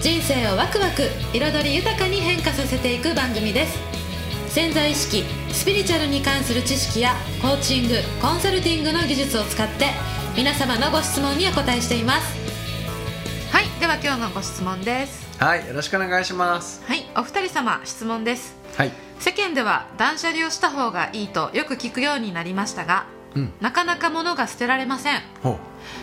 人生をワクワク彩り豊かに変化させていく番組です潜在意識スピリチュアルに関する知識やコーチングコンサルティングの技術を使って皆様のご質問にお答えしていますはいでは今日のご質問ですはいよろしくお願いしますはいお二人様質問ですはい世間では断捨離をした方がいいとよく聞くようになりましたがうんなかなか物が捨てられませんほ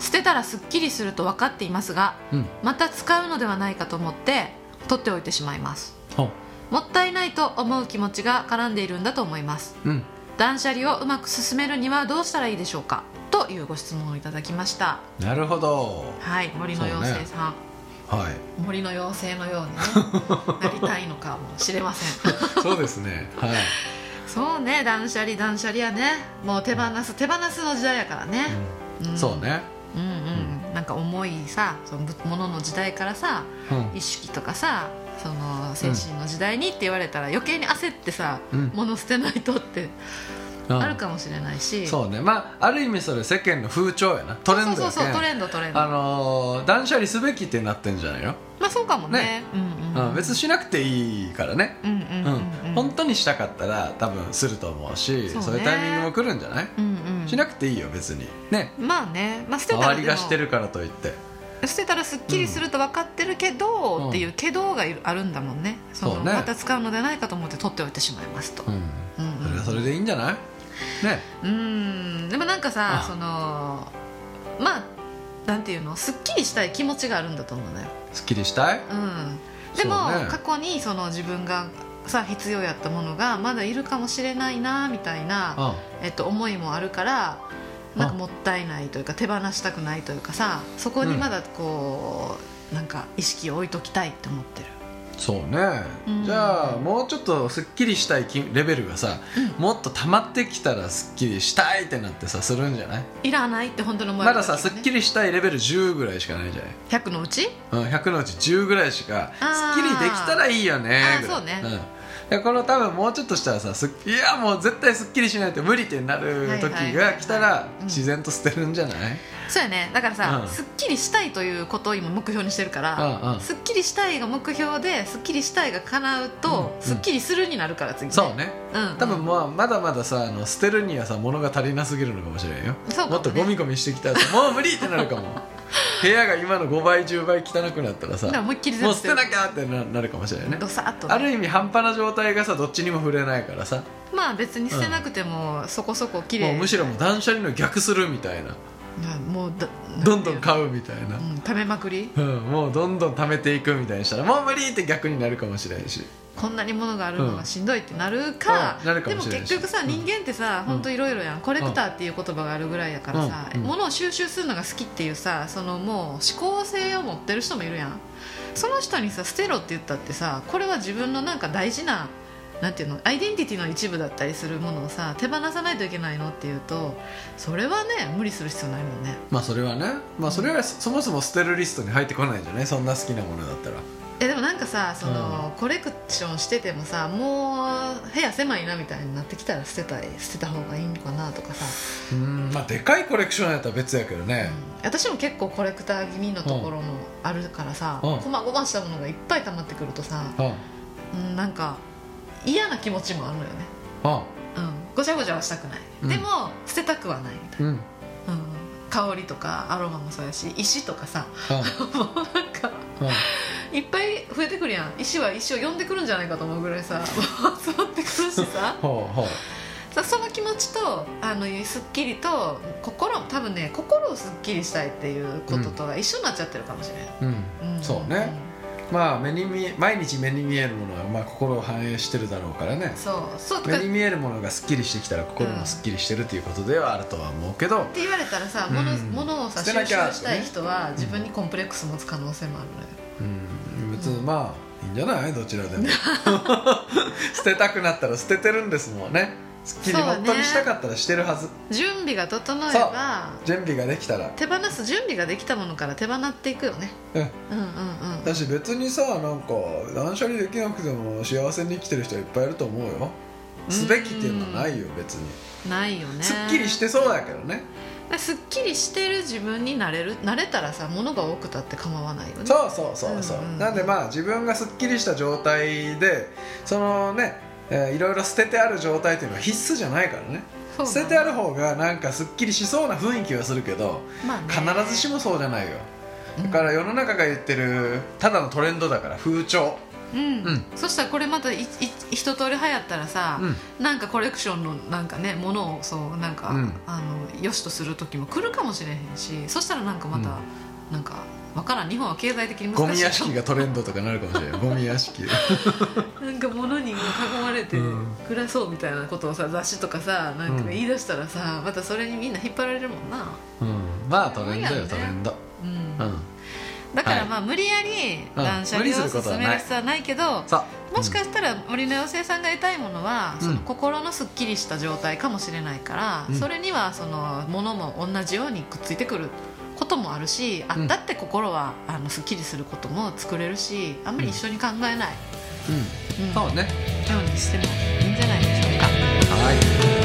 捨てたらすっきりすると分かっていますがううんまた使うのではないかと思って取っておいてしまいますほうもったいないと思う気持ちが絡んでいるんだと思いますうん断捨離をうまく進めるにはどうしたらいいでしょうかというご質問をいただきましたなるほどはい森の妖精さん、はい森の妖精のように、 ね、なりたいのかもしれませんそうですね はいそうね断捨離断捨離やねもう手放す手放すの時代やからね、んそうねうんうん、なんか重いさその物物の時代からさうん一式とかさその精神の時代にって言われたら余計に焦ってさ、うん物捨てないとってうんあるかもしれないし、そうねまあある意味それ世間の風潮やなトレンドそやけうんそうそうトレンドトレンドあのー断捨離すべきってなってんじゃないのまあそうかもねねうんううん、ん別にしなくていいからねうんうんううんんうん本当にしたかったら多分すると思うしそうねそういうタイミングも来るんじゃないうんうんしなくていいよ別にねまあね、まあ、捨てたら周でりもがしてるからといって捨てたらすっきりすると分かってるけど、うんっていう「けど」がいるあるんだもんねそのそうねまた使うのではないかと思って取っておいてしまいますと、うんうんうんそれはそれでいいんじゃないねうんでもなんかさあそのまあなんていうのすっきりしたい気持ちがあるんだと思うのよ、すっきりしたいうん、でも、そうね過去にその自分がさ必要やったものがまだいるかもしれないなみたいな、えっと、思いもあるからなんかもったいないというか手放したくないというかさそこにまだこう、なんか意識を置いときたいって思ってるそうねうんじゃあもうちょっとすっきりしたいきレベルがさもっと溜まってきたらすっきりしたいってなってさするんじゃないいらないって本当の思いまださすっきりりしたいレベル10ぐらいしかないじゃない100のうちうん、100のうち10ぐらいしかあーすっきりできたらいいよねあーぐらいそうねん、でこの多分もうちょっとしたらさすっいやもう絶対すっきりしないと無理ってなる時はいはいはいはがい来たらうん自然と捨てるんじゃない、そうやねだからさ、うんすっきりしたいということを今目標にしてるから、うんうんすっきりしたいが目標ですっきりしたいが叶うと、うんすっきりするになるから次、ね、そう、ねうんうん、多分まあまだまださあの捨てるにはさ物が足りなすぎるのかもしれんよそうかもねもっとゴミゴミしてきたらさもう無理ってなるかも 部屋が今の5倍10倍汚くなったらさだから思いっきり全もう部捨てなきゃってななるかもしれないねどさっとね、ある意味半端な状態がさどっちにも触れないからさまあ別に捨てなくても、そこそこ綺麗もうむしろもう断捨離の逆するみたいなうんもうだどんどんか買うみたいなう、ん、食べまくりうん、もうどんどん貯めていくみたいにしたらもう無理って逆になるかもしれんしこんなに物があるのがしんどいってなるか,、うんなるかでももしれないし結局さ人間ってさ、うんほんといろいろやんコレクターっていう言葉があるぐらいやからさ、うんうん物を収集するのが好きっていうさそのもう思考性を持ってる人もいるやんその人にさ捨てろって言ったってさこれは自分のなんか大事ななんていうのアイデンティティの一部だったりするものをさ手放さないといけないのっていうとそれはね無理する必要ないもんねまあそれはねまあそれはそもそも捨てるリストに入ってこないんじゃないそんな好きなものだったらえでもなんかさその、コレクションしててもさもう部屋狭いなみたいになってきたら捨てたい捨てた方がいいのかなとかさ、うんまあでかいコレクションやったら別やけどねうん私も結構コレクター気味のところもあるからさうんこまごましたものがいっぱい溜まってくるとさ、うんうんうん、なんか嫌な気持ちもあるのよね、うん、ごちゃごちゃはしたくない、うんでも捨てたくはないみたいうんうんな、うん、香りとかアロマもそうやし石とかさもうなんかいっぱい増えてくるやん石は石を呼んでくるんじゃないかと思うぐらいさもう集まってくるしさほうほうさその気持ちとあのすっきりと心多分ね心をすっきりしたいっていうこととは一緒になっちゃってるかもしれない、うんうんそうねまあ目に見え毎日目に見えるものはまあ心を反映してるだろうからねそうそうと目かっにて見えるものがすっきりしてきたら心もすっきりしてるっていうことではあるとは思うけど、言われたらさうんもの,、ものをさ捨収てな集きゃしたい人はてね自分にコンプレックス持つ可能性もあるのよ、うん別にまあいいんじゃないどちら でも捨てたくなったら捨ててるんですもんねすっきりそう本ね当にしたかったらしてるはず、準備が整えば準備ができたら手放す準備ができたものから手放っていくよねうんうんうんうんだし別にさなんか断捨離できなくても幸せに生きてる人はいっぱいいると思うよすべきっていうのはないよ別にないよねすっきりしてそうだけどねすっきりしてる自分になれるなれたらさ物が多くたって構わないよねそうそうそうそう、うんうんうんなんでまあ自分がすっきりした状態でそのね、えーいろいろ捨ててある状態というのは必須じゃないからねそう捨ててある方がなんかすっきりしそうな雰囲気はするけどまあね必ずしもそうじゃないようんだから世の中が言ってるただのトレンドだから風潮、うん、うんそしたらこれまたいい一通り流行ったらさ、うんなんかコレクションのなんかねものをそうなんか、うんあのよしとする時も来るかもしれへんしそしたらなんかまた、なんかわからん日本は経済的にゴ難ミしい屋敷がトレンドとかなるかもしれないゴミ屋敷 なんか物に囲まれてうん暮らそうみたいなことをさ雑誌とかさなんかうん言い出したらさ、またそれにみんな引っ張られるもんな、うんまあトレンドよねトレンド、うんうん、だからはいまあ無理やりうん断捨無理離すをることは進めなるい必要はないけど、さもしかしたら森の妖精さんが得たいものは、うんその心のすっきりした状態かもしれないから、うんそれにはその物も同じようにくっついてくることもあるしあうんだって心はあのすっきりすることも作れるしあんまり一緒に考えない、うん、うんそうねようにしてもいいんじゃないでしょうか。はい